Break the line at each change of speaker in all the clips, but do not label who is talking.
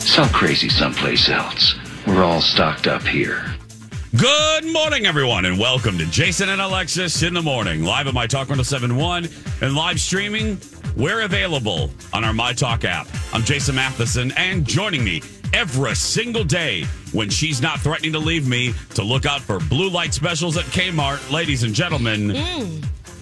Sell crazy someplace else. We're all stocked up here.
Good morning, everyone, and welcome to Jason and Alexis in the morning, live at My Talk 1071 and live streaming. We're available on our My Talk app. I'm Jason Matheson, and joining me every single day when she's not threatening to leave me to look out for blue light specials at Kmart, ladies and gentlemen,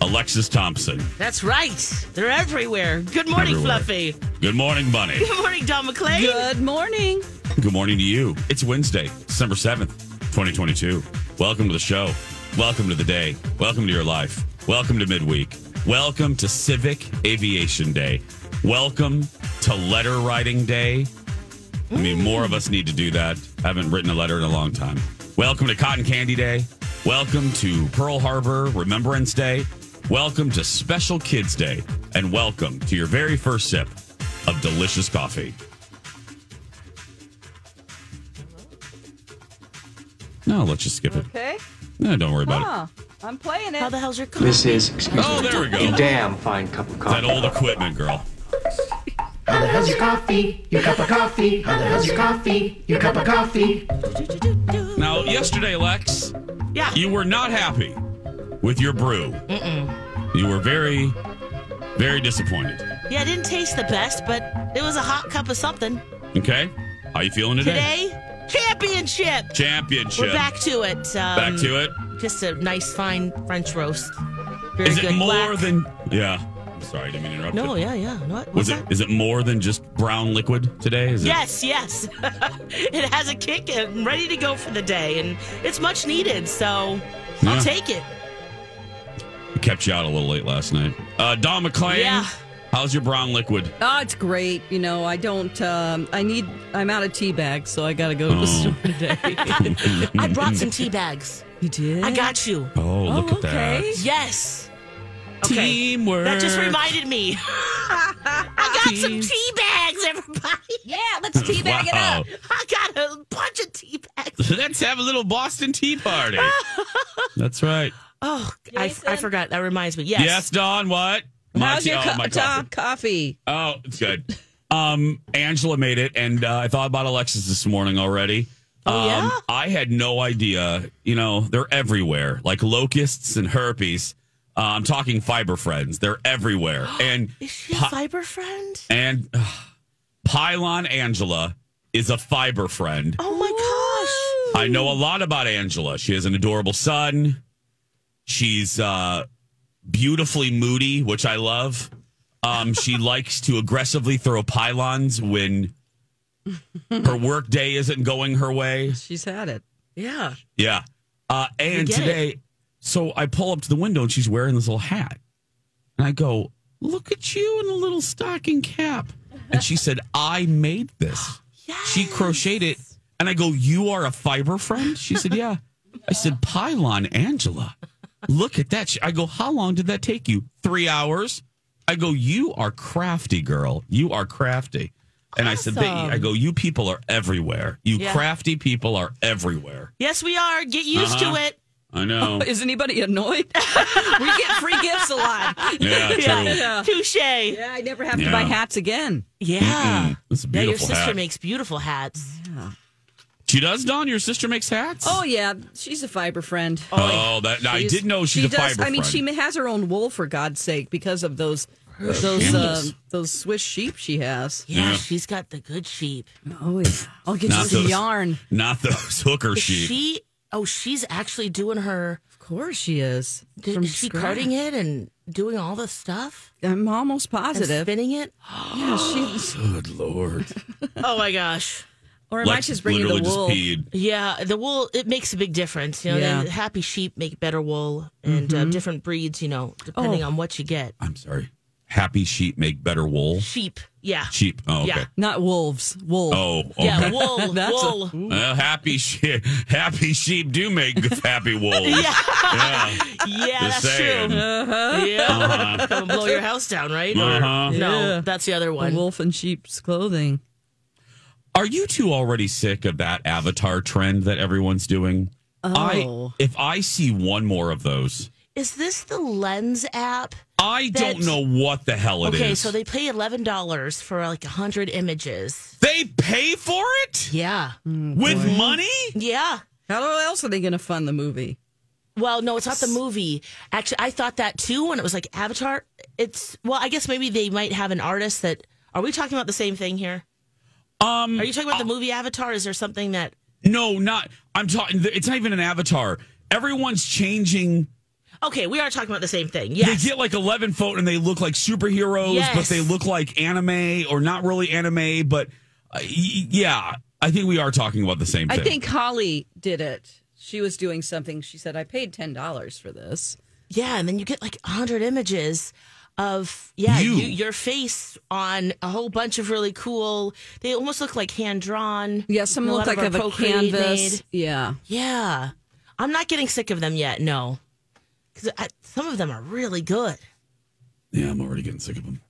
Alexis Thompson.
That's right. They're everywhere. Good morning,
Everywhere.
Fluffy.
Good morning, Bunny.
Good morning, Don McClain.
Good morning.
Good morning to you. It's Wednesday, December 7th, 2022. Welcome to the show. Welcome to the day. Welcome to your life. Welcome to midweek. Welcome to Civic Aviation Day. Welcome to Letter Writing Day. I mean, more of us need to do that. I haven't written a letter in a long time. Welcome to Cotton Candy Day. Welcome to Pearl Harbor Remembrance Day. Welcome to Special Kids Day. And welcome to your very first sip of delicious coffee. No, let's just skip it.
Okay.
No, don't worry about it.
Huh. I'm playing
How
it.
the hell's your car?
This is, excuse
Oh,
me,
there we go.
a damn fine cup of
That
coffee.
old equipment, girl.
How the hell's your coffee? Your cup of coffee. How the hell's your coffee? Your cup of coffee.
Now, yesterday, Lex,
Yeah.
you were not happy with your brew. You were very, very disappointed.
Yeah, it didn't taste the best, but it was a hot cup of something.
Okay, how you feeling today?
Today, championship.
Championship.
We're back to it. Um,
Back to it.
Just a nice, fine French roast. Very
Is
good.
it more
black-
than? Yeah. I'm sorry, I didn't mean to interrupt.
No,
but
yeah, yeah. No, what-
Was
what's
it?
that?
Is it more than just brown liquid today? Is it?
Yes, yes. it has a kick and ready to go for the day, and it's much needed, so
Yeah.
I'll take it.
It kept you out a little late last night. Uh, Don McClain.
Yeah.
How's your brown liquid?
Oh, it's great. You know, I don't. Um, I need. I'm out of tea bags, so I gotta go to the
Mm.
store today.
I
Mm-hmm.
brought some tea bags.
you did?
I got you.
Oh, look at
okay.
that.
Yes. Okay.
Teamwork.
That just reminded me. I got some tea bags, everybody.
Yeah, let's tea bag
Wow.
it up.
I got a bunch of tea bags.
Let's have a little Boston Tea Party. That's right.
Oh, I, I
Jason?
forgot. That reminds me. Yes.
Yes, Don. What?
How's
Monty-
your
oh,
co-
my
Tom
coffee.
coffee?
Oh, it's good. Um, Angela made it, and uh, I thought about Alexis this morning already.
Oh, yeah?
um, I had no idea. You know, they're everywhere, like locusts and herpes. Uh, I'm talking fiber friends. They're everywhere, and
Is she a fiber friend?
and uh, Pylon Angela is a fiber friend.
Oh my gosh.
I know a lot about Angela. She has an adorable son. She's uh, beautifully moody, which I love. Um, she likes to aggressively throw pylons when her work day isn't going her way.
She's had it.
Yeah.
Yeah. Uh, and
get it.
today, so I pull up to the window and she's wearing this little hat. And I go, Look at you in a little stocking cap. And she said, I made this. She crocheted it. And I go, You are a fiber friend? She said, Yeah. I said, Pylon Angela. Look at that. She- I go, How long did that take you? Three hours. I go, You are crafty, girl. You are crafty. And I said, "They- I go, You people are everywhere. You
Yeah.
crafty people are everywhere.
Yes, we are. Get used
Uh-huh.
to it.
I know.
Is anybody annoyed? we get free gifts a lot.
yeah, true.
Yeah.
Touche. Yeah.
Yeah, I never have
Yeah.
to buy hats again.
It's a
Yeah, your
beautiful
sister
hat.
makes beautiful hats.
she does, Don. Your sister makes hats.
Oh yeah, she's a fiber friend.
Oh, that I
She's-
did know she's
she
a
does-
fiber.
I mean,
friend.
she has her own wool for God's sake because of those There's those uh,
shambles.
those Swiss sheep she has.
Yeah,
Yeah.
she's got the good sheep.
Oh yeah, I'll get
Not
you some
those-
yarn.
Not those hooker
Is
sheep.
she? Oh, she's actually doing her.
Of course she is.
Did,
From
is she
scratch.
carding it and doing all the stuff?
I'm almost
And
positive.
spinning it?
Yeah, she,
Good lord.
Oh my gosh.
or am I
Like
just bringing the
literally
wool?
just peed.
Yeah, the wool it makes a big difference. You know,
Yeah.
the happy sheep make better wool, and uh, different breeds, you know, depending on what you get.
I'm sorry. Happy sheep make better wool.
Sheep, yeah,
Sheep. Oh, okay.
Yeah.
Not wolves. Wool.
Oh, okay.
yeah, wool,
That's a-
wool.
Well, happy sheep, happy sheep do make happy wool.
yeah,
Yeah.
yeah,
Just
that's
saying.
true.
Uh.
Yeah,
Uh-huh.
Come and blow your house down, right? Or-
Uh-huh.
no,
Yeah.
that's the other
A
one.
wolf in sheep's clothing.
Are you two already sick of that avatar trend that everyone's doing?
Oh.
I, if I see one more of those,
Is this the Lens app?
I don't
That's-
know what the hell it is.
okay, so they pay eleven dollars for like hundred images.
they pay for it
Yeah,
with money.
yeah.
How else are they going to fund the movie?
Well, no, it's not the movie. Actually, I thought that too when it was like Avatar. It's well, I guess maybe they might have an artist that. Are we talking about the same thing here?
Um,
Are you talking about the movie Avatar? Is there something that?
no, not. I'm talking. It's not even an avatar. Everyone's changing.
Okay, we are talking about the same thing. Yes.
They get like 11 photo and they look like superheroes, but
Yes.
they look like anime or not really anime, but uh, y- yeah, I think we are talking about the same
I
thing.
think Holly did it. She was doing something. She said, I paid $10 for this.
Yeah, and then you get like 100 images of yeah,
You.
you. your face on a whole bunch of really cool. They almost look like hand drawn.
Yeah, some
A lot
look like
our
of a
Procreate
canvas.
made.
Yeah.
Yeah. I'm not getting sick of them yet, no. Cuz some of them are really good.
Yeah, I'm already getting sick of them.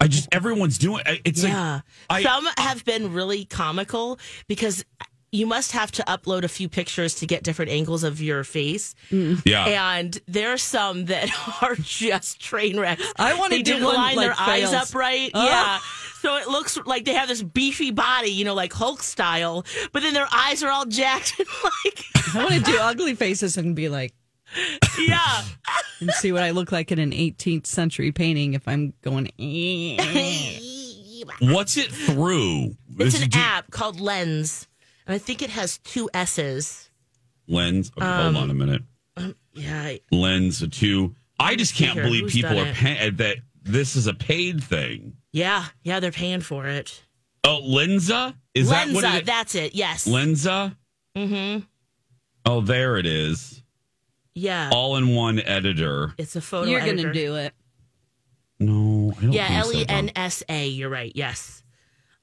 I just, everyone's doing I- It's
Yeah.
like, I,
some have been really comical because you must have to upload a few pictures to get different angles of your face.
Mm.
yeah.
And there are some that are just train wrecks.
I wanna
They
do
didn't
one,
line
like,
their eyes
fails.
up right.
Oh.
Yeah. So it looks like they have this beefy body, you know, like Hulk style, but then their eyes are all jacked. like,
I want to do ugly faces and be like,
yeah.
and see what I look like in an 18th century painting if I'm going. "Eh."
What's it through?
It's
This
an
is-
app called Lens, and I think it has two S's.
Lens. Okay,
Um,
hold on a minute.
Yeah. I-
Lens, a two. I just can't
Here,
believe
who's
people
done
are
it?
paying that this is a paid thing.
Yeah. Yeah. They're paying for it.
Oh, Lenza? Is that
Lenza.
what it is?
that's it. Yes.
Lenza? Mm-hmm. Oh, there it is.
yeah.
all in one editor.
it's a photo.
You're going to
editor.
do it.
No, I don't
Yeah,
think
L
so,
E N
Dom.
S A. You're right. Yes.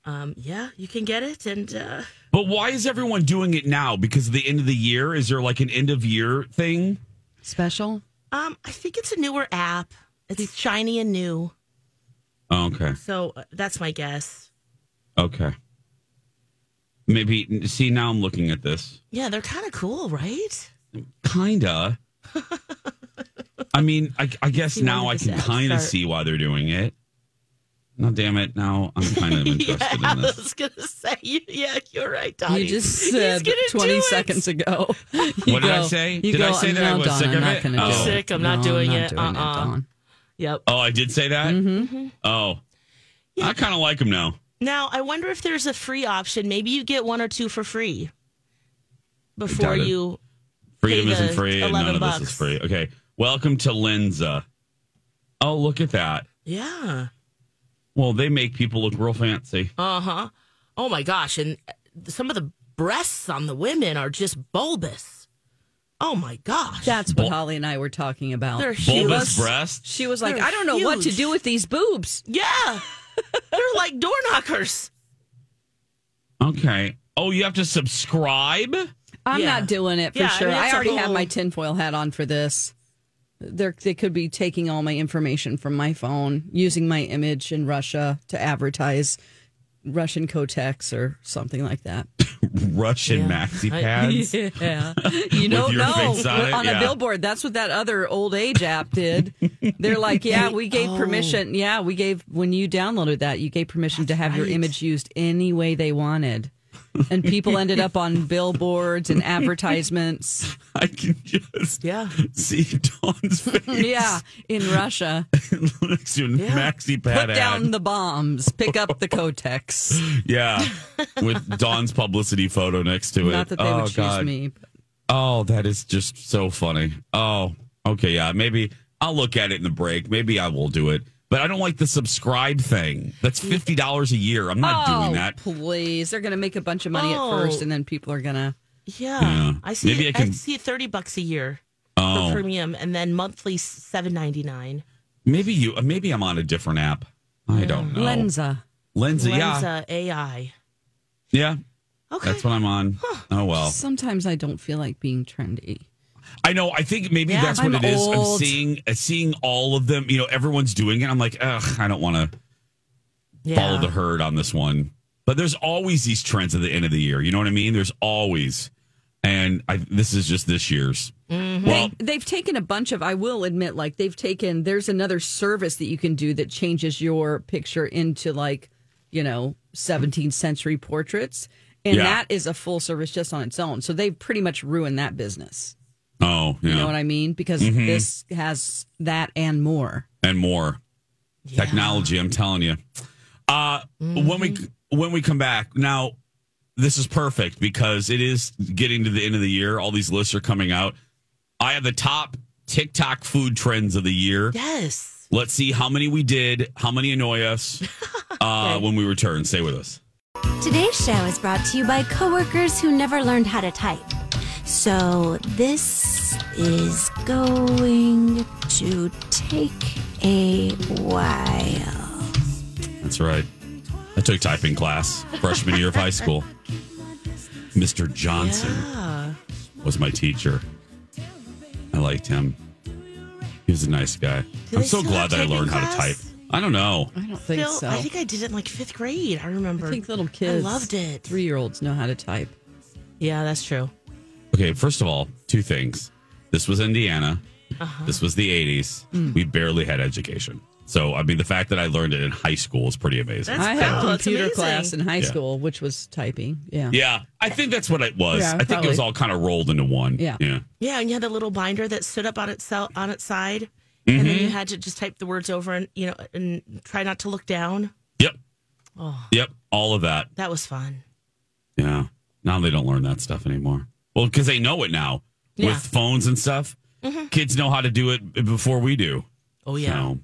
Um, yeah, you can get it, and uh,
But why is everyone doing it now? Because of the end of the year? Is there like an end of year thing?
Special?
um, I think it's a newer app. It's shiny and new,
Oh, okay.
so uh, that's my guess.
Okay. Maybe see now I'm looking at this.
Yeah, they're kind of cool, right?
Kinda. I mean, I, I guess
You
now
wanted
I
to
can
start-
kind of
start-
see why they're doing it. No, damn it. Now I'm kind of interested
I
in this.
was gonna say, you, yeah, you're right, Donnie.
You just
He's
said
gonna do
20
it.
seconds ago. What
did I say? Did I say that I was sick of it?
I'm not gonna
Oh.
do
Sick, I'm not
No,
doing
not
it.
doing
Uh-uh.
Dawn.
Yep.
Oh, I did say that? Mm-hmm. Oh. I kind of like him now.
Now I wonder if there's a free option. Maybe you get one or two for free before
doubt it.
you.
Freedom
pay the
isn't free, and
11
none of this
bucks.
is free. Okay, welcome to Lenza. Oh, look at that.
Yeah.
Well, they make people look real fancy.
Uh huh. Oh my gosh. And some of the breasts on the women are just bulbous. Oh my gosh.
That's what Holly and I were talking about.
They're
Bulbous
huge.
breasts.
She was like,
They're
I don't know what to
huge.
do with these boobs.
Yeah. They're like door knockers.
Okay. Oh, you have to subscribe.
I'm
Yeah.
not doing it for
Yeah, I mean,
sure. I,
that's a
already have
whole-
my tinfoil hat on for this. They're, they could be taking all my information from my phone, using my image in Russia to advertise Russian Kotex or something like that.
Russian maxi pads.
Yeah. You don't
your
know.
face on it,
on
yeah.
a billboard. That's what that other old age app did. They're like, yeah, we gave
oh.
permission. Yeah, we gave, when you downloaded that, you gave permission to have your image used any way they wanted. and people ended up on billboards and advertisements.
I can just
Yeah.
see Dawn's face.
Yeah, in Russia,
next to a maxi
put
pad ad.
down the bombs, pick up the Kotex.
yeah, with Dawn's publicity photo next to it.
Not that they
oh,
would choose
God.
me. but-
Oh, that is just so funny. Oh, okay, yeah, maybe I'll look at it in the break. Maybe I will do it, but I don't like the subscribe thing. That's fifty dollars a year. I'm not doing that.
Oh, please! They're going to make a bunch of money
Oh.
at first, and then people are going to.
Yeah.
Yeah.
I see
Maybe
it,
I
I,
can-
see it 30 bucks a year
Oh.
for premium and then monthly 7.99.
Maybe you. Maybe I'm on a different app. I don't know.
Lenza.
Lenza, yeah,
Lenza AI.
yeah.
Okay.
That's what I'm on. Oh well.
Sometimes I don't feel like being trendy.
I know. I think maybe
Yeah.
that's what
I'm
it is. I'm
old.
seeing uh, seeing all of them. You know, everyone's doing it. I'm like, ugh, I don't want to
yeah.
follow the herd on this one. But there's always these trends at the end of the year. You know what I mean? There's always, and I, this is just this year's. Well,
they, they've taken a bunch of i will admit like they've taken there's another service that you can do that changes your picture into like you know 17th century portraits and
Yeah.
that is a full service just on its own so they've pretty much ruined that business
oh, yeah, Mm-hmm.
you know what i mean because this has that and more
and more technology. I'm telling you. Uh, When we when we come back now, this is perfect because it is getting to the end of the year. All these lists are coming out. I have the top TikTok food trends of the year.
Yes.
Let's see how many we did, how many annoy us uh, when we return. Stay with us.
Today's show is brought to you by coworkers who never learned how to type. So this is going to take a while.
That's right. I took typing class freshman year of high school. Mr. Johnson was my teacher. I liked him. He was a nice guy. I'm
they
so
still
glad
have
that I
typing
learned how to type.
class?
I don't know.
i don't think
Phil,
so
I think I did it in like fifth grade. I remember.
I think little kids
I loved it.
three year olds know how to type
Yeah, that's true.
Okay, first of all, two things. This was Indiana. This was the 80s. We barely had education. So, I mean, the fact that I learned it in high school is pretty amazing.
That's
i
cool.
had
That's
computer
amazing.
class in high
Yeah.
school which was typing yeah,
Yeah, I think that's what it was.
Yeah,
I think it was
probably.
all kind of rolled into one.
Yeah.
Yeah.
Yeah, and you had the little binder that stood up on itself on its side, and
Mm-hmm.
then you had to just type the words over and you know and try not to look down.
Yep. Yep. All of that.
That was fun.
Yeah. Now they don't learn that stuff anymore. Well, because they know it now
Yeah.
with phones and stuff. Kids know how to do it before we do.
Oh yeah.
So,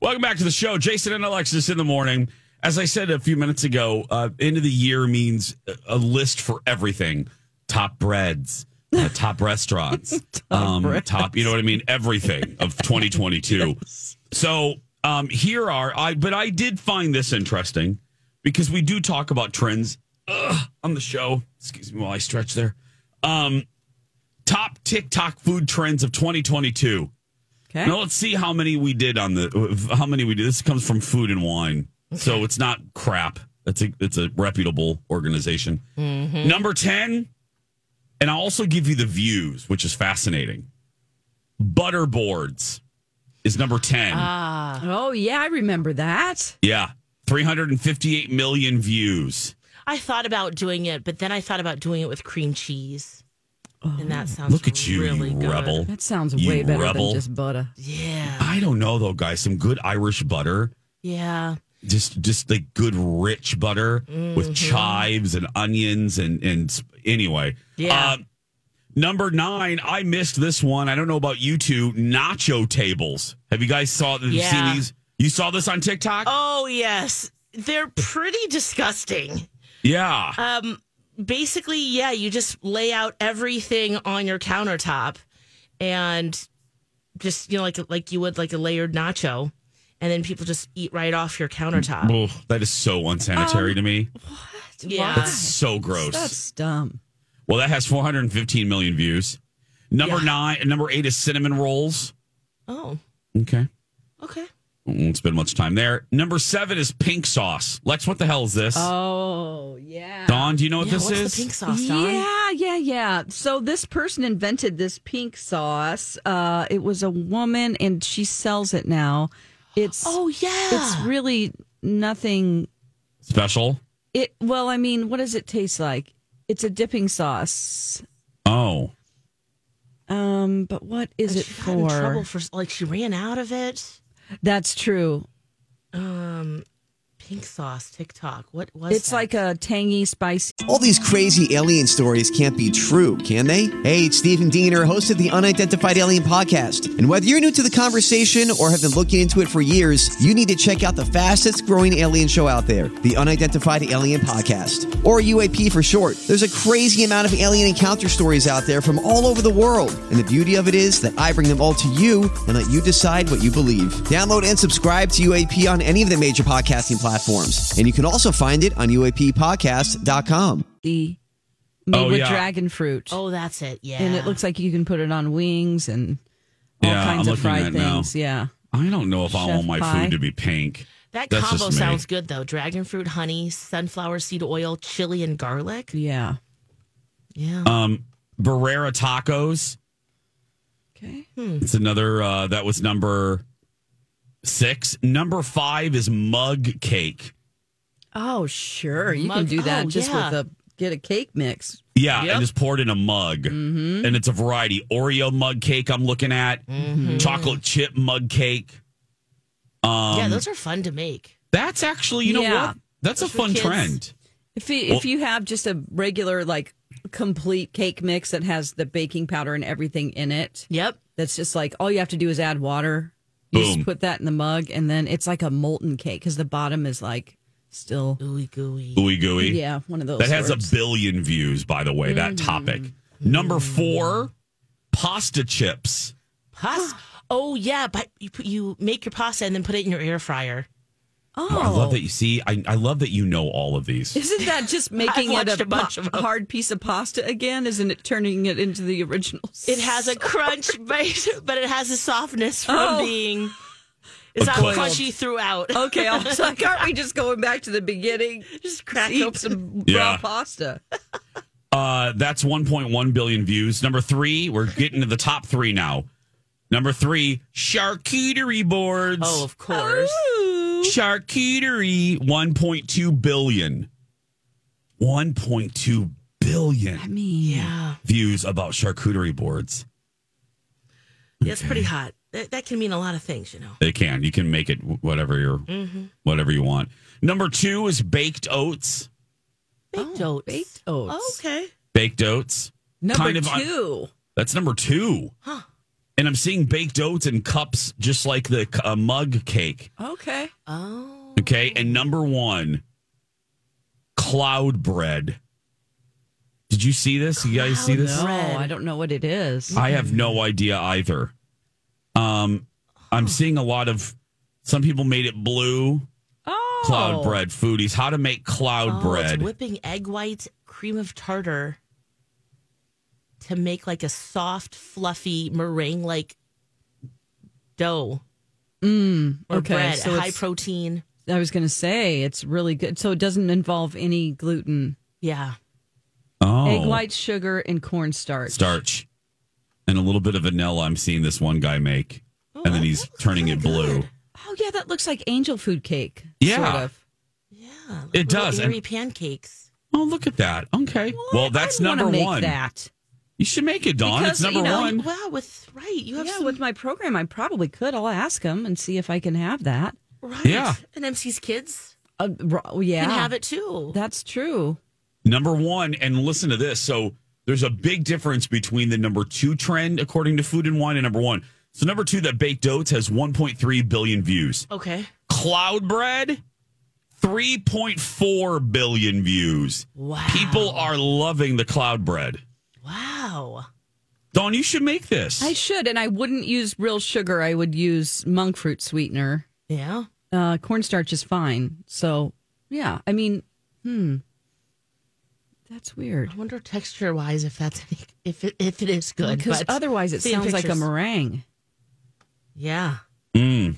welcome back to the show, Jason and Alexis in the morning. As I said a few minutes ago, uh, end of the year means a- a list for everything: top breads, uh, top restaurants, um, top. You know what I mean? Everything of 2022. So um, here are I, but I did find this interesting because we do talk about trends ugh, on the show. Excuse me while I stretch there. Um, top TikTok food trends of 2022.
okay
Now let's see how many we did on the how many we did. This comes from Food and Wine, so it's not crap. It's a it's a reputable organization.
Mm-hmm.
Number ten, and I'll also give you the views, which is fascinating. Butterboards is number ten.
Ah.
oh yeah i remember that
yeah, three hundred and fifty eight million views.
I thought about doing it, but then I thought about doing it with cream cheese, and that sounds
Oh, Look at you,
really
you
good.
rebel.
That sounds
You
way better
rebel.
than just butter.
Yeah,
I don't know though, guys. Some good Irish butter.
yeah.
just just like good rich butter
Mm-hmm.
with chives and onions and and sp- anyway
Yeah.
Um, number nine i missed this one i don't know about you two nacho tables have you guys saw have you
Yeah.
seen these you saw this on tiktok
Oh yes, they're pretty disgusting.
yeah
Um, basically, yeah, you just lay out everything on your countertop and just, you know, like like you would like a layered nacho. And then people just eat right off your countertop.
Ugh, that is so
um,
unsanitary to me
Yeah.
that's so gross
That's dumb.
well that has 415 million views number nine number eight is cinnamon rolls
Oh,
okay
okay.
won't spend much time there number seven is pink sauce lex what the hell is this
Oh, yeah.
Dawn, do you know what
Yeah,
this
what's
is?
the pink sauce, Don?
Yeah, yeah, yeah. So this person invented this pink sauce. Uh, it was a woman and she sells it now. It's
Oh, yeah.
it's really nothing
Special?
It well, I mean, what does it taste like? It's a dipping sauce.
Oh,
Um, but what is it
She got in trouble
for?
for like she ran out of it.
That's true.
Pink sauce TikTok. What was?
It's
that?
like a tangy, spicy.
All these crazy alien stories can't be true, can they? Hey, it's Stephen Diener, host of the Unidentified Alien Podcast. And whether you're new to the conversation or have been looking into it for years, you need to check out the fastest growing alien show out there, the Unidentified Alien Podcast, or UAP for short. There's a crazy amount of alien encounter stories out there from all over the world. And the beauty of it is that I bring them all to you and let you decide what you believe. Download and subscribe to UAP on any of the major podcasting platforms. And you can also find it on UAPpodcast.com.
made
Oh,
with
yeah.
dragon fruit.
Oh, that's it. Yeah.
and it looks like you can put it on wings and all
Yeah,
kinds
I'm
of
looking at
fried
it now.
things. Yeah.
I don't know if I
Chef
want my
pie.
food to be pink.
that
That's
combo
just me.
sounds good though. Dragon fruit, honey, sunflower seed oil, chili, and garlic.
Yeah.
Yeah.
Um, Barrera tacos.
Okay.
It's another uh, that was number six. Number five is mug cake.
Oh, sure. You
Mug-
can do that
oh,
just
yeah.
with a get a cake mix.
Yeah,
Yep.
and it's poured in a mug,
Mm-hmm.
and it's a variety. Oreo mug cake. I'm looking at
Mm-hmm.
chocolate chip mug cake. Um,
yeah, those are fun to make.
that's actually you know
Yeah.
what? That's a
Those are
fun
kids.
trend.
If you,
Well-
if you have just a regular like complete cake mix that has the baking powder and everything in it,
Yep.
that's just like all you have to do is add water. You
Boom.
just put that in the mug, and then it's like a molten cake because the bottom is like still
Gooey gooey.
Ooey gooey.
yeah one of those Mm-hmm.
That has a
words.
billion views, by the way, that topic. Number four, pasta chips.
Pasta. oh yeah, but you put, you make your pasta and then put it in your air fryer.
I love
oh.
that you see, I, I love that you know all of these.
Isn't that just making
watched
it a,
a bunch
pa-
of 'em.
hard piece of pasta again? Isn't it turning it into the original?
It has a crunch, but but it has a softness from
Oh.
being. It's not
course.
crunchy throughout.
Okay, I was like, aren't we just going back to the beginning? Just
crack
eat
open-
some
Yeah.
raw pasta.
Uh, that's 1.1 billion views. Number three, we're getting to the top three now. Number three, charcuterie boards.
Oh, of course.
Charcuterie, 1.2 billion. 1.2 billion
Yeah,
views about charcuterie boards.
that's pretty hot. That, that can mean a lot of things, you know.
They can. You can make it wh- whatever you're,
Mm-hmm.
whatever you want. Number two is baked oats.
Oh, Baked oats.
baked oats.
Okay.
Baked oats.
Number
Kind of uh, on-
two.
That's number two. And I'm seeing baked oats in cups, just like the c- uh, mug cake.
okay.
Oh.
Okay. And number one, cloud bread. Did you see this? You guys see this?
No,
Bread.
I don't know what it is.
I have no idea either. Um, I'm seeing a lot of some people made it blue
oh,
cloud bread foodies. How to make cloud
Oh,
bread?
It's whipping egg whites, cream of tartar to make like a soft, fluffy meringue like dough or
okay,
bread.
so
high
it's-
protein.
I was going to say it's really good. So it doesn't involve any gluten,
Yeah.
oh,
egg white, sugar, and cornstarch.
starch and a little bit of vanilla. I'm seeing this one guy make, and then he's turning it blue.
Oh yeah, that looks like angel food cake.
Yeah.
sort of.
Yeah.
It
Little
does, and-
Airy pancakes.
Oh, look at that. Okay. Well,
What?
that's
I wanna
number
make
one.
That
You should make it, Dawn.
Because,
it's number
you know,
one.
Oh, Wow, with right. You have
yeah,
some
with my program, I probably could. I'll ask them and see if I can have that.
right.
Yeah.
And MC's kids
Uh, ro- yeah,
can have it too.
That's true.
Number one, and listen to this. So there's a big difference between the number two trend, according to Food and Wine, and number one. So number two, that baked oats has 1.3 billion views.
okay.
Cloud bread, 3.4 billion views.
Wow.
People are loving the cloud bread.
Wow.
Dawn, you should make this.
I should, and I wouldn't use real sugar. I would use monk fruit sweetener.
Yeah.
Uh, cornstarch is fine. So, yeah, I mean, hmm, that's weird.
I wonder texture wise if that's any, if it, if it is good.
Because
but
otherwise, it
seeing
sounds like a
pictures-
meringue.
Yeah.
Mm.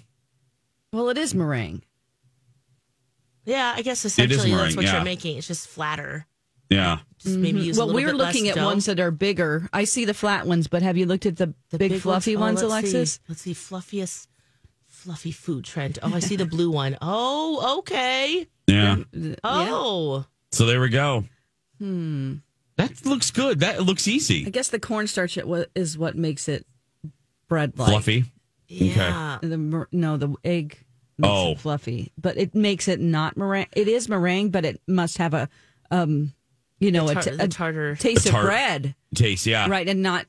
Well, it is meringue.
Yeah, I guess essentially
meringue,
that's what
yeah.
you're making. It's just flatter.
Yeah.
Just maybe use a
Mm-hmm. Well,
little
we were
bit less
looking at
dough.
ones that are bigger. I see the flat ones, but have you looked at the, big, fluffy
Oh,
ones,
let's
Alexis?
See. Let's see, fluffiest, fluffy food trend. Oh, I see the blue one. Oh, okay.
Yeah.
Oh,
So there we go. Hmm. That looks good. That looks easy.
I guess the cornstarch it wa- is what makes it bread like.
Fluffy.
yeah.
The mer- no, the egg makes
Oh.
it fluffy, but it makes it not meringue. It is meringue, but it must have a, um, you know, a
Tar-
t-
the
a
tartar.
taste
The
of
tart-
bread,
Taste, yeah.
right? And not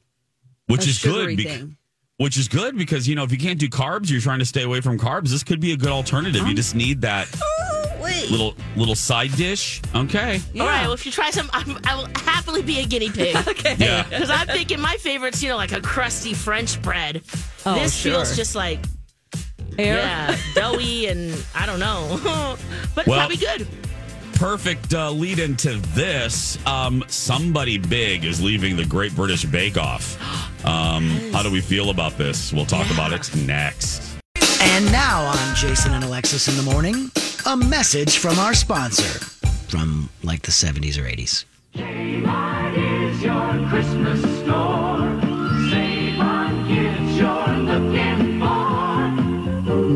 Which
a
is
sugary
good. bec-
thing.
which is good because you know if you can't do carbs, you're trying to stay away from carbs. This could be a good alternative. You just need that
Oh,
little little side dish. Okay.
All right. Well, if you try some, I'm, I will happily be a guinea pig. okay.
Yeah.
Because I'm thinking my favorite's, you know, like a crusty French bread.
Oh,
this feels
sure.
just like,
air.
yeah, doughy and I don't know. but
Well-
it's probably good.
Perfect uh, lead into this. Um, somebody big is leaving the Great British Bake Off. Um, How do we feel about this? We'll talk about it next.
And now on Jason and Alexis in the morning, a message from our sponsor from like the 70s or 80s.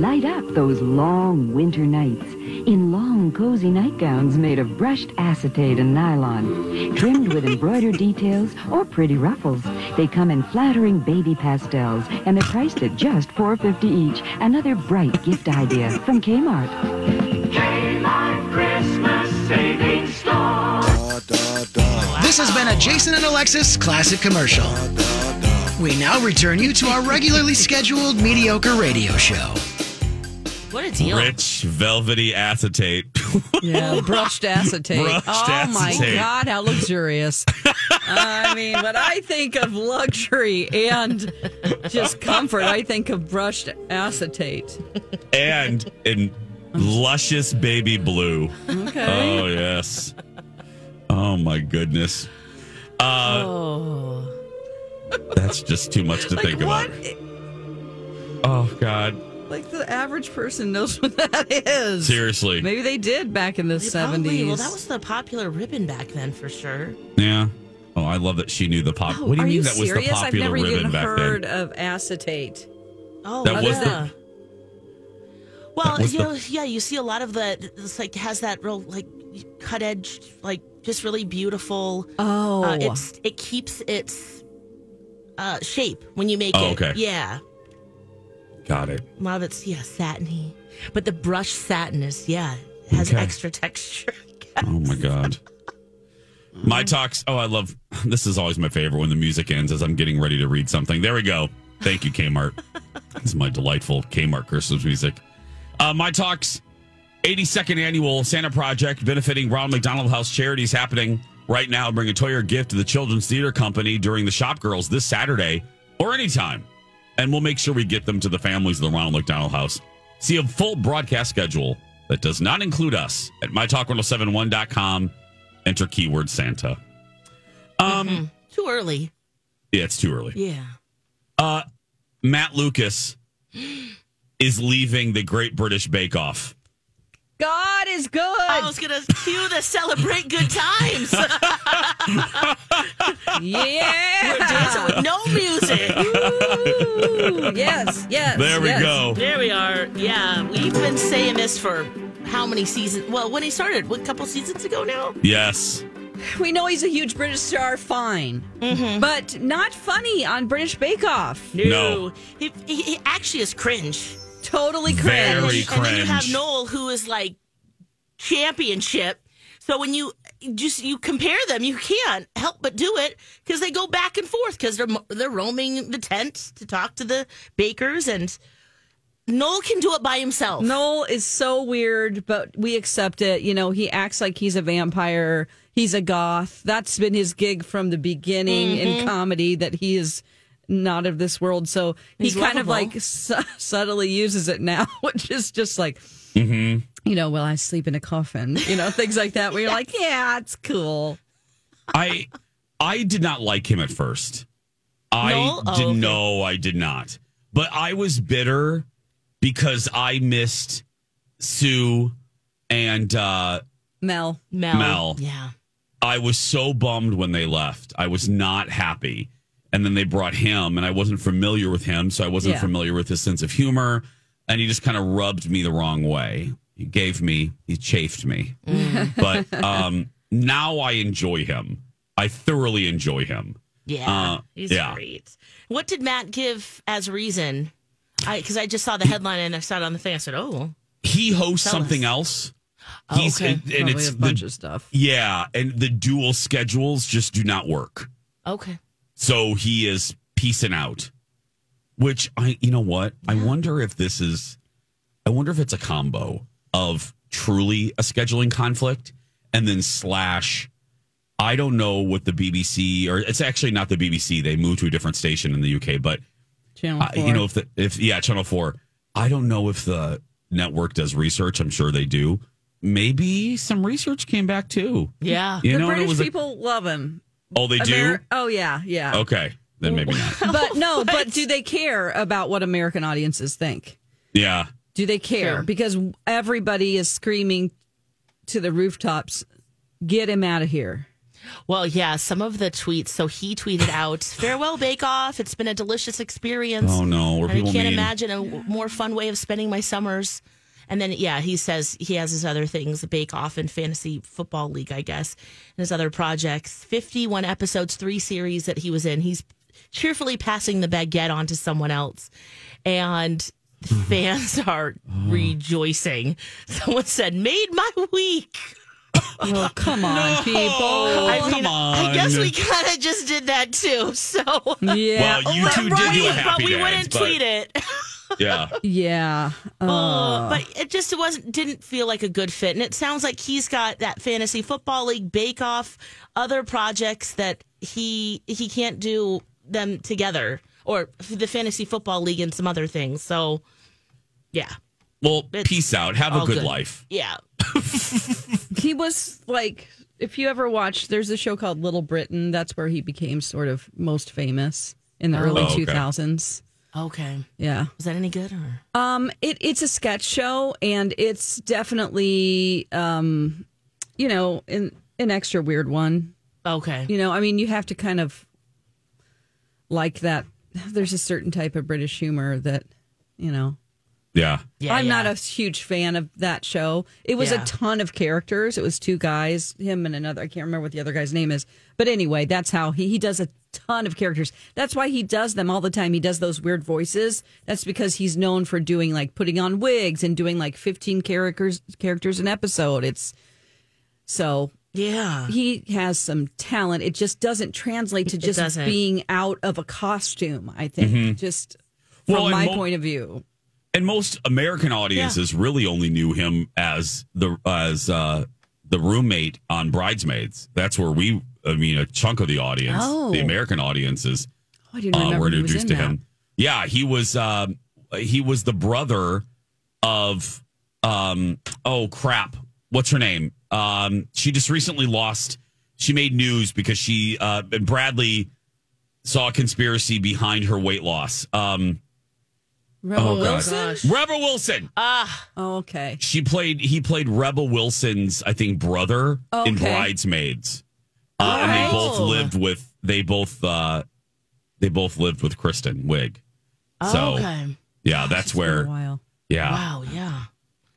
Light up those long winter nights in long, cozy nightgowns made of brushed acetate and nylon. Trimmed with embroidered details or pretty ruffles, they come in flattering baby pastels and they're priced at just $4.50 each. Another bright gift idea from Kmart.
This has been a Jason and Alexis classic commercial. We now return you to our regularly scheduled mediocre radio show.
What a deal.
Rich velvety acetate.
Yeah, brushed acetate.
Brushed
oh my
acetate.
god, how luxurious! I mean, when I think of luxury and just comfort, I think of brushed acetate.
and in luscious baby blue.
Okay.
Oh yes. Oh my goodness. Uh,
Oh.
That's just too much to think
what?
about. Oh God.
Like the average person knows what that is.
Seriously.
Maybe they did back in the
They probably-
seventies.
Well, that was the popular ribbon back then for sure.
Yeah. Oh, I love that she knew the pop. what do you
Oh, Are
mean
you
that was
serious?
the popular
I've never
ribbon
even
back
heard
then?
of acetate.
Oh,
That was
yeah. Well,
that was
you
the-
know, yeah, you see a lot of the it's like has that real like cut edge, like just really beautiful.
Oh,
Uh, it's it keeps its uh, shape when you make
Oh,
it.
okay.
Yeah,
Got it.
a lot of it's yeah satiny, but the brush satin is yeah it has
Okay.
extra texture.
Oh my God. My talks. Oh, I love. This is always my favorite when the music ends as I'm getting ready to read something. There we go. Thank you, Kmart. this is my delightful Kmart Christmas music. Uh, my talks. 82nd annual Santa Project benefiting Ronald McDonald House charities happening right now. Bring a toy or gift to the Children's Theater Company during the Shop Girls this Saturday or anytime. And we'll make sure we get them to the families of the Ronald McDonald House. See a full broadcast schedule that does not include us at mytalk1071.com. Enter keyword Santa. Um,
Too early.
yeah, it's too early.
Yeah.
Matt Lucas is leaving the Great British Bake Off.
God is good.
I was gonna cue the celebrate good times. We're
yeah.
dancing with no music.
Ooh, yes. Yes.
There we
yes.
go.
There we are. Yeah, we've been saying this for how many seasons? Well, when he started, what couple seasons ago now?
Yes.
We know he's a huge British star, fine, but not funny on British Bake Off.
No.
He, he, he actually is cringe.
Totally
Very
cringe.
And then you have
cringe.
Noel, who is like championship. So when you just you compare them, you can't help but do it because they go back and forth because they're they're roaming the tent to talk to the bakers, and Noel can do it by himself.
Noel is so weird, but we accept it. You know, he acts like he's a vampire. He's a goth. That's been his gig from the beginning in
Mm-hmm.
comedy that he is not of this world. So he
He's
kind
lovable.
of like su- subtly uses it now, which is just like,
Mm-hmm.
you know, well, I sleep in a coffin, you know, things like that. Where you're like, yeah, it's cool.
I I did not like him at first. I
No? Oh,
did
okay.
no, I did not. But I was bitter because I missed Sue and uh
Mel.
Mel.
Mel.
Yeah.
I was so bummed when they left. I was not happy. And then they brought him and I wasn't familiar with him, so I wasn't
Yeah.
familiar with his sense of humor. and he just kind of rubbed me the wrong way. He gave me, he chafed me.
Mm.
but um, now I enjoy him. I thoroughly enjoy him.
Yeah,
Uh,
he's
yeah.
great. What did Matt give as reason? I because I just saw the headline and I saw it on the thing. I said, "Oh,
He hosts
Tell
something else.
Oh, okay.
and, and
Probably
it's
a bunch
the,
of stuff.
yeah, and the dual schedules just do not work.
okay."
So he is piecing out, which I, you know what? I wonder if this is, I wonder if it's a combo of truly a scheduling conflict and then slash, I don't know what the BBC or it's actually not the BBC. They moved to a different station in the UK, but
Channel
I, you know if the if yeah channel 4 i don't know if the network does research i'm sure they do maybe some research came back too
Yeah.
you
the
know and it
British
was like,
people love him.
oh they do
Ameri- oh yeah, yeah.
okay then maybe not
But no, but do they care about what American audiences think?
yeah
Do they care? Because everybody is screaming to the rooftops, "Get him out of here!"
Well, yeah, some of the tweets. So he tweeted out, "Farewell Bake Off. It's been a delicious experience.
oh no or
I
people
can't
mean,
imagine a w- more fun way of spending my summers." And then, yeah, he says he has his other things, the Bake Off and Fantasy Football League, I guess, and his other projects. Fifty-one episodes, three series that he was in. He's cheerfully passing the baguette on to someone else, and
Mm-hmm.
fans are
Oh.
rejoicing. Someone said, "Made my week."
Oh come on,
Oh,
people!
I mean,
come on.
I guess we kind of just did that too. So,
Yeah,
well you
But-
two
but
did do
we-
a happy
but we
dance,
wouldn't
but-
tweet it.
yeah
yeah. Um,
Uh, but it just it wasn't didn't feel like a good fit, and it sounds like he's got that fantasy football league Bake Off, other projects that he he can't do them together, or the fantasy football league and some other things. So, yeah,
well
It's
peace out have a
all
good,
good.
life
yeah,
he was like if you ever watched there's a show called little britain that's where he became sort of most famous in the early
Oh, okay.
2000s
okay.
yeah
Was that any good or?
um it, it's a sketch show and it's definitely um you know an, an extra weird one
Okay.
you know i mean you have to kind of like that there's a certain type of british humor that you know
yeah
Yeah,
I'm
yeah.
not a huge fan of that show. It was
Yeah.
a ton of characters. It was two guys, him and another. I can't remember what the other guy's name is. But anyway, that's how he he does a ton of characters. That's why he does them all the time. He does those weird voices. That's because he's known for doing like putting on wigs and doing like 15 characters characters an episode. It's so
Yeah.
he has some talent. It just doesn't translate to
It
just
doesn't. Mm-hmm.
being out of a costume. I think just from
Well, and
my
mo-
point of view.
and most american audiences really only knew him as the as uh the roommate on bridesmaids that's where we i mean a chunk of the audience
Oh.
the american audiences
Oh, I didn't
uh,
remember
were
he was
introduced
in
to
that.
him. Yeah, he was um, he was the brother of um, oh crap, what's her name? Um, she just recently lost. She made news because she uh, and Bradley saw a conspiracy behind her weight loss. Um,
Rebel
Oh, God.
Wilson?
Rebel Wilson.
Oh, okay.
she played. He played Rebel Wilson's, I think, brother in
Okay.
Bridesmaids, uh, and they both
Oh.
lived with. They both. Uh, they both lived with Kristen Wiig. So
okay.
yeah, that's
For a
where.
while.
Yeah,
Wow. Yeah.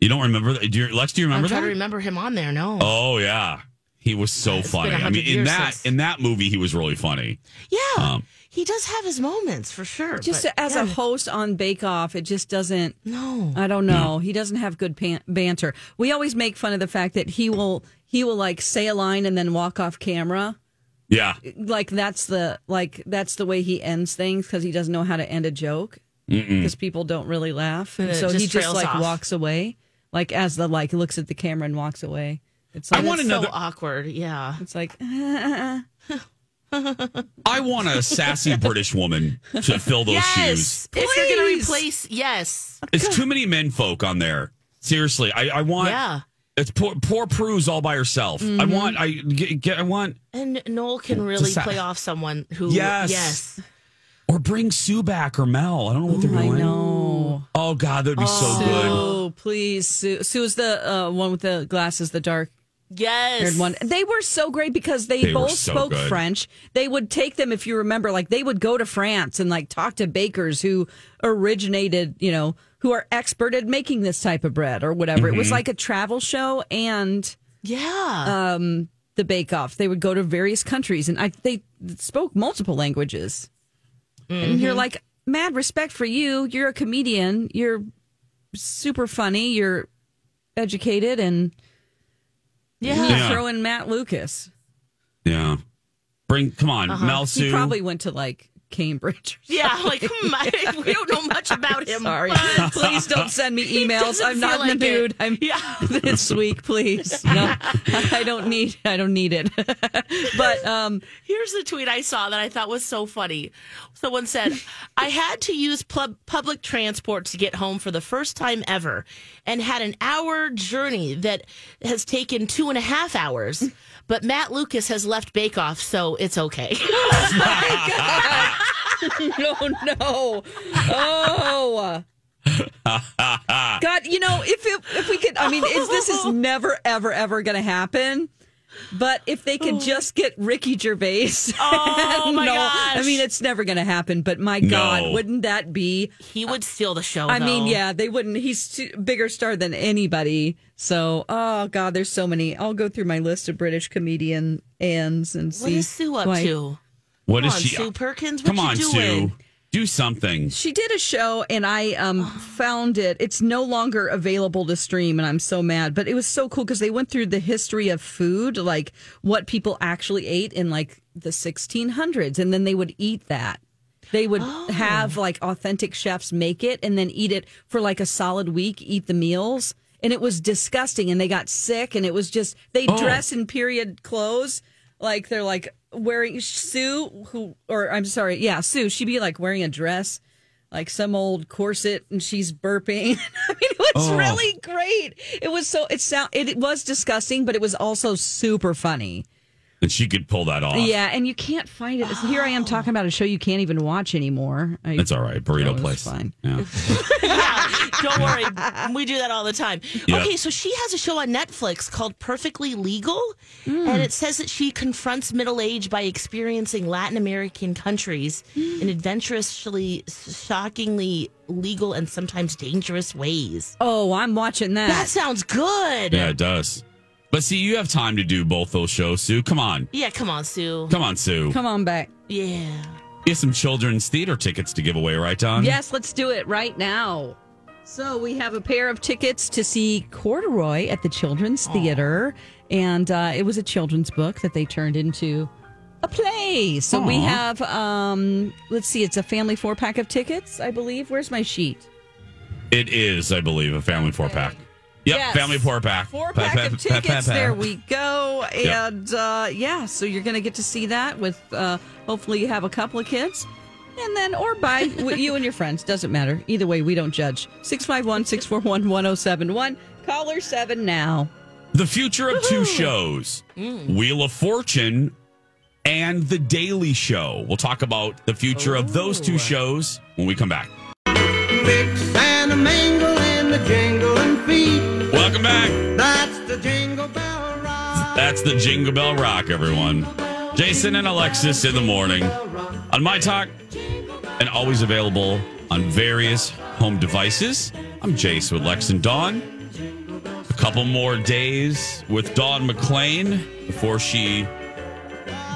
you don't remember that? Do you, Lex, do you
I'm
remember
trying
that?
to remember him on there. No.
oh yeah, he was so funny.
been a
I mean,
hundred
in
years
that
since-
in that movie, he was really funny.
Yeah,
Um,
he does have his moments for sure.
Just
but
as a
yeah,
host on Bake Off, it just doesn't.
no,
I don't know.
Mm.
He doesn't have good pan- banter. We always make fun of the fact that he will he will like say a line and then walk off camera.
Yeah,
Like that's the like that's the way he ends things because he doesn't know how to end a joke because people don't really laugh, and
it
so
just
he just
trails
like
off.
walks away, like as the like looks at the camera and walks away. It's like
I want
so
another.
awkward. Yeah,
it's like
I want a sassy British woman to fill those shoes.
yes. If you're gonna
Please.
replace, yes,
It's too many men folk on there. Seriously, I, I want.
yeah.
It's poor poor Prue's all by herself. I
Mm-hmm.
want. I get, get. I want.
And Noel can really
sa-
play off someone who,
Yes.
yes,
Or bring Sue back or Mel. I don't know what they're
I
doing.
know.
Oh God, that'd be so good.
Oh, please, Sue. Sue's the uh, one with the glasses, the dark
yes,
haired one. They were so great because they,
They were
both
so
spoke
good.
French. They would take them, if you remember, like they would go to France and like talk to bakers who originated, you know, who are expert at making this type of bread or whatever. It
Mm-hmm.
was like a travel show and
Yeah.
the Bake Off. They would go to various countries, and I they spoke multiple languages. And
Mm-hmm.
you're like, mad respect for you. You're a comedian. You're super funny. You're educated, and
yeah.
Yeah.
throw in Matt Lucas.
Yeah. Bring, come on, Mel
He
Sue.
Uh-huh. probably went to like Cambridge.
Yeah, like hmm, I, we don't know much about him.
Sorry.
but-
please don't send me emails.
doesn't
I'm not
feel
in the
like it.
mood. I'm
Yeah.
this week, please. No, I don't need. I don't need it. but um,
Here's the tweet I saw that I thought was so funny. Someone said, "I had to use pub- public transport to get home for the first time ever, and had an hour journey that has taken two and a half hours." But Matt Lucas has left Bake Off, so it's okay.
oh no, oh. God, you know, if it, if we could, I mean, it's, this is never, ever, ever going to happen. But if they could just get Ricky Gervais,
Oh, my
no, I
gosh.
mean, it's never going to happen. But my
No.
God, wouldn't that be
he would steal the show.
I mean,
though.
yeah, they wouldn't. He's too, bigger star than anybody. So, oh god, there's so many. I'll go through my list of British comedian ands and see
What is Sue up
why-
to?
What
Come
is
on,
she?
Sue Perkins,
Come
what you
on,
doing?
Sue. Do something.
She did a show, and I um, found it. It's no longer available to stream, and I'm so mad. But it was so cool because they went through the history of food, like what people actually ate in like the 1600s, and then they would eat that. They would have like authentic chefs make it and then eat it for like a solid week, eat the meals. And it was disgusting. And they got sick. And it was just, they dress in period clothes. Like they're like wearing Sue, who, or I'm sorry, yeah, Sue, she'd be like wearing a dress, like some old corset, and she's burping. I mean, it was
Oh.
really great. It was so, it sound, it, it was disgusting, but it was also super funny.
And she could pull that off.
Yeah, and you can't find it. Here I am talking about a show you can't even watch anymore. I,
It's all right. Burrito
No, it's
place.
fine.
Yeah.
yeah, don't worry. We do that all the time.
Yeah.
Okay, so she has a show on Netflix called Perfectly Legal, and it says that she confronts middle age by experiencing Latin American countries in adventurously, shockingly legal and sometimes dangerous ways.
Oh, I'm watching that.
That sounds good.
Yeah, it does. But see, you have time to do both those shows, Sue. Come on.
Yeah, come on, Sue.
Come on, Sue.
Come on back.
Yeah.
You have some children's theater tickets to give away, right, Don?
Yes, let's do it right now. So we have a pair of tickets to see Corduroy at the Children's Theater, and uh, it was a children's book that they turned into a play. So we
Aw.
have, um, let's see, it's a family four pack of tickets, I believe. Where's my sheet?
It is, I believe, a family four pack. Yep,
Yes.
family four pack.
Four
Pa-
pack
pa-
of
pa- pa-
tickets.
pa.
There we go.
Yeah.
And uh, yeah, so you're going to get to see that with uh, hopefully you have a couple of kids. And then, or by with you and your friends. Doesn't matter. Either way, we don't judge. 651 641 1071. Caller 7 now.
The future of two shows
Mm.
Wheel of Fortune and The Daily Show. We'll talk about the future of those two shows when we come back.
And a mingle and a jingle and feet.
Welcome back.
That's the jingle bell ride.
That's the Jingle Bell Rock, everyone. Jason and Alexis in the morning on My Talk and always available on various home devices. I'm Jace with Lex and Dawn. A couple more days with Dawn McLean before she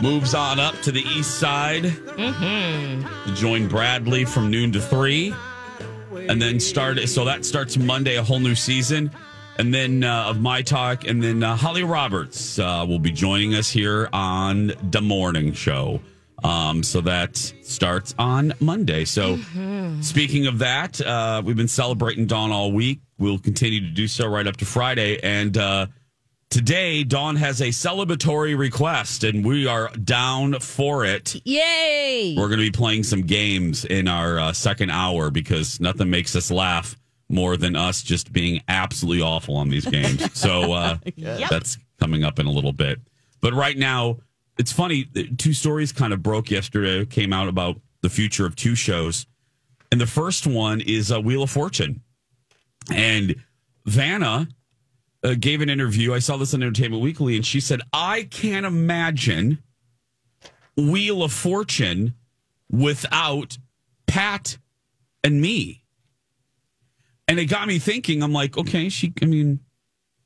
moves on up to the east side to join Bradley from noon to three and then start so that starts monday a whole new season and then uh, of my talk and then uh, holly roberts uh, will be joining us here on the morning show um, so that starts on monday so speaking of that uh, we've been celebrating dawn all week we'll continue to do so right up to friday and uh, today dawn has a celebratory request and we are down for it
Yay!
we're going to be playing some games in our uh, second hour because nothing makes us laugh more than us just being absolutely awful on these games. So uh, that's coming up in a little bit. But right now, it's funny. th- Two stories kind of broke yesterday, came out about the future of two shows. And the first one is uh, Wheel of Fortune. And Vanna uh, gave an interview. I saw this on Entertainment Weekly, and she said, I can't imagine Wheel of Fortune without Pat and me. And it got me thinking. I'm like, okay, she. I mean,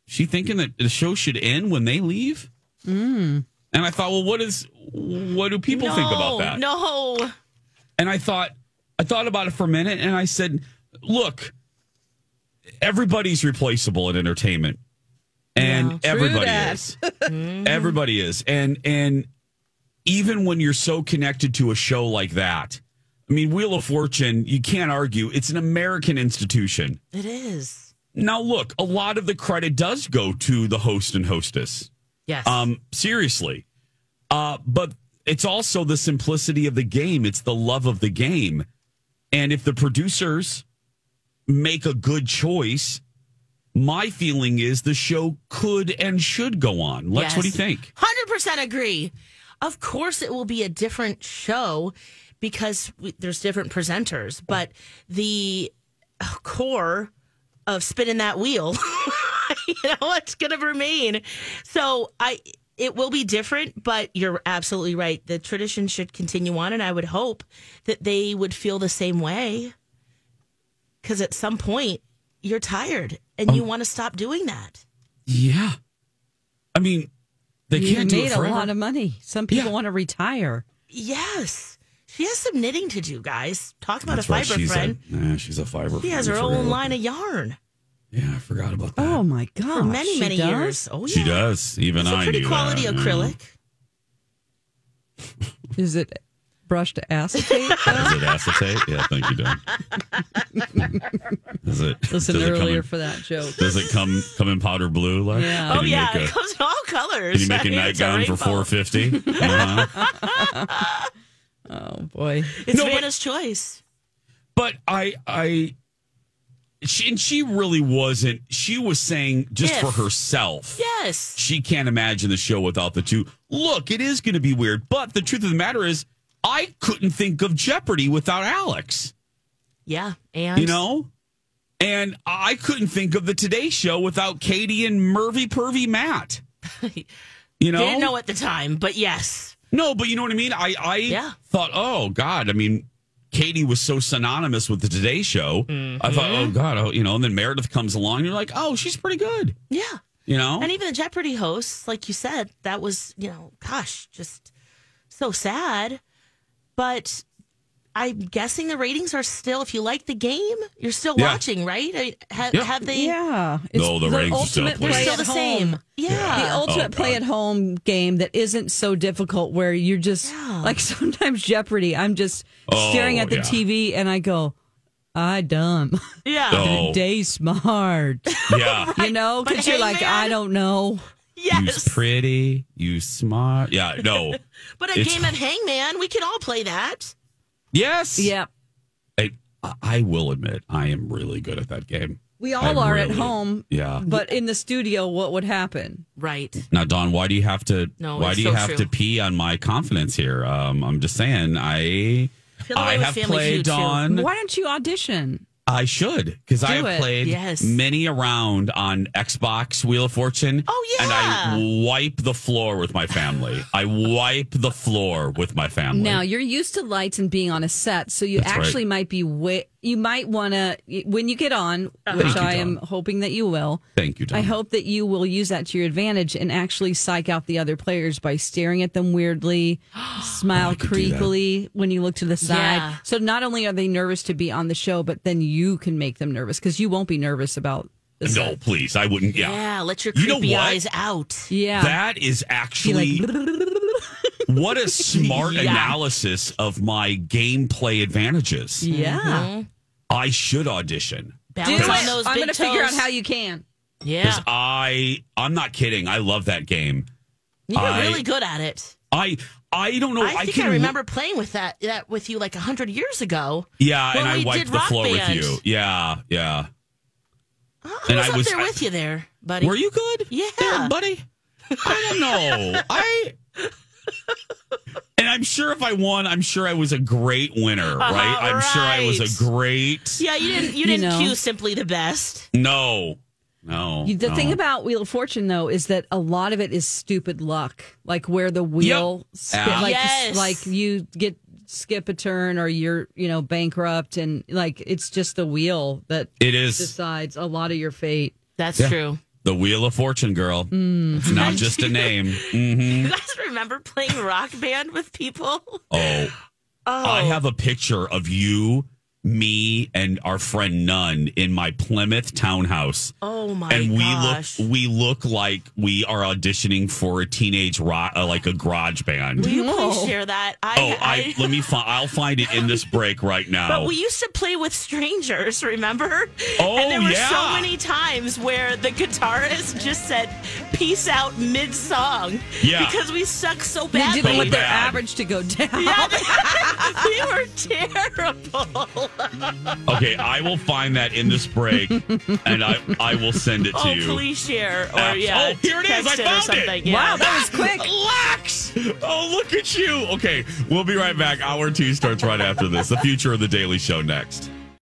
she thinking that the show should end when they leave. And I thought, well, what is? What do people
Mm. no,
think about that?
No.
and I thought I thought about it for a minute and I said, look, everybody's replaceable in entertainment. And everybody
that.
is. everybody is. And and even when you're so connected to a show like that, I mean, Wheel of Fortune, you can't argue, it's an American institution.
It is.
Now look, a lot of the credit does go to the host and hostess.
Yes.
Um, seriously. Uh, but it's also the simplicity of the game. It's the love of the game. And if the producers make a good choice, my feeling is the show could and should go on. Lex, what do you think?
Hundred percent agree. Of course, it will be a different show because we, there's different presenters, but the core of spinning that wheel, you know, it's going to remain. So I, it will be different, but you're absolutely right. The tradition should continue on, and I would hope that they would feel the same way. Because at some point, you're tired and you want to stop doing that.
Yeah. I mean, they
You've
can't do
made
it
a
forever.
lot of money. Some people
Yeah.
want to retire.
Yes. She has some knitting to do, guys. Talk about
That's
a
right.
fiber
she's
friend.
A, nah, she's a fiber.
She has her own line of yarn
Yeah, I forgot about that.
Oh my god!
for many, many years. Oh, yeah.
she does. Even
It's
I
a pretty
knew
quality
that, yeah.
acrylic.
Is it brushed acetate?
Is it acetate? Yeah, thank you, Don. Is it?
Listen
does it come
earlier
in-
for that joke.
Does it come come in powder blue? Lex?
Yeah.
Can
Oh,
you
yeah.
Make
It
a,
comes in all colors.
can you make
I
a
mean, it's
nightgown for
rainbow.
four fifty? Uh-huh.
Oh boy!
It's
No, but-
Vanna's choice.
But I I she and she really wasn't. She was saying just
If.
for herself.
Yes.
She can't imagine the show without the two. Look, it is going to be weird. But the truth of the matter is, I couldn't think of Jeopardy without Alex.
Yeah. And
You know. And I couldn't think of the Today Show without Katie and Mervy Pervy Matt. You know,
didn't know at the time, but yes.
No, but you know what I mean? I, I
Yeah.
thought, oh God, I mean, Katie was so synonymous with the Today Show. I thought,
Mm-hmm.
oh God, oh, you know, and then Meredith comes along, you're like, oh, she's pretty good.
Yeah.
You know?
And even the Jeopardy hosts, like you said, that was, you know, gosh, just so sad. But I'm guessing the ratings are still, if you like the game, you're still
Yeah.
watching, right? I mean, ha-
Yeah.
Have they?
Yeah,
No, the ratings are still
ultimate
playing.
play
Still
at
the
home.
same. Yeah.
The ultimate
Oh,
play
God.
at home game that isn't so difficult, where you're just like sometimes Jeopardy. I'm just
Oh,
staring at the
yeah.
TV and I go, "I dumb,
Yeah.
Oh,
day smart,"
yeah.
you know,
But
because you're
hey,
like,
man.
"I don't know."
Yes.
You pretty, you smart. Yeah, no.
but a
it's-
game of hangman, we can all play that.
yes.
Yep.
I, I will admit, I am really good at that game.
We
I'm
all are at
really-
home,
Yeah.
but in the studio, what would happen?
Right.
Now, Don, why do you have to?
No,
why
it's
do you
so
have
true.
to pee on my confidence here? Um, I'm just saying, I
Feel the way
I
with
have
Family
played
Feud, too.
Don.
Why don't you audition?
I should because I have
it.
played
Yes.
many a round on Xbox Wheel of Fortune.
Oh, yeah.
and I wipe the floor with my family. I wipe the floor with my family.
Now you're used to lights and being on a set, so you
That's right.
actually might be wa- you might want to when you get on, which
Thank you,
I am hoping that you will.
thank you, Don.
I hope that you will use that to your advantage and actually psych out the other players by staring at them weirdly, smile
Oh, could do that.
creepily when you look to the side.
Yeah.
So not only are they nervous to be on the show, but then you can make them nervous because you won't be nervous about the
No,
set.
please, I wouldn't. Yeah,
Yeah. let your
You know
creepy
what?
eyes out.
Yeah.
that is
Be like,
actually what a smart analysis of my gameplay advantages.
yeah.
Mm-hmm. I should audition.
Do
Balance
it.
on those
I'm
big
going to figure out
toes.
how you can.
Yeah.
I I'm not kidding. I love that game.
You're
I-
really good at it.
I Oh, I don't know.
I think
can
I, remember playing with that that with you like a hundred years ago.
Yeah,
when
and I
we
wiped
did
the
Rock
floor with
Band.
you. Yeah, yeah.
I, I
And
was
I
up
was-
there
I-
with you there, buddy.
Were you good?
Yeah.
There, buddy. I don't know. I. And I'm sure if I won, I'm sure I was a great winner, right? I'm sure I was a
Uh-huh, right.
great.
Yeah, you didn't. You didn't
know.
cue simply the best.
No, no.
You- The
no.
thing about Wheel of Fortune, though, is that a lot of it is stupid luck, like where the wheel, spin, like
Yes.
like you get skip a turn or you're, you know, bankrupt and like it's just the wheel that
It is
decides a lot of your fate.
That's
Yeah.
true.
the Wheel of Fortune, girl.
Hmm.
It's not just a name. Mhm.
You guys remember playing rock band with people?
Oh, I have a picture of you, me, and our friend Nun in my Plymouth townhouse.
Oh my
and we
gosh.
look we look like we are auditioning for a teenage rock uh, like a garage band.
Will you please share that? I,
oh, I, let me find I'll find it in this break right now.
But we used to play with strangers, remember?
Oh,
and there were
yeah.
so many times where the guitarist just said "peace out" mid song,
Yeah.
because we suck so
They
badly.
didn't want their
bad.
average to go down.
Yeah, we were terrible.
okay, I will find that in this break and I I will send it to
Oh,
you.
please share or
Abs-
yeah.
oh, here it is. I
text or
found it.
something. Yeah.
Wow, that was quick.
Lax! Oh, look at you. Okay, we'll be right back. Hour two starts right after this. The future of the Daily Show next.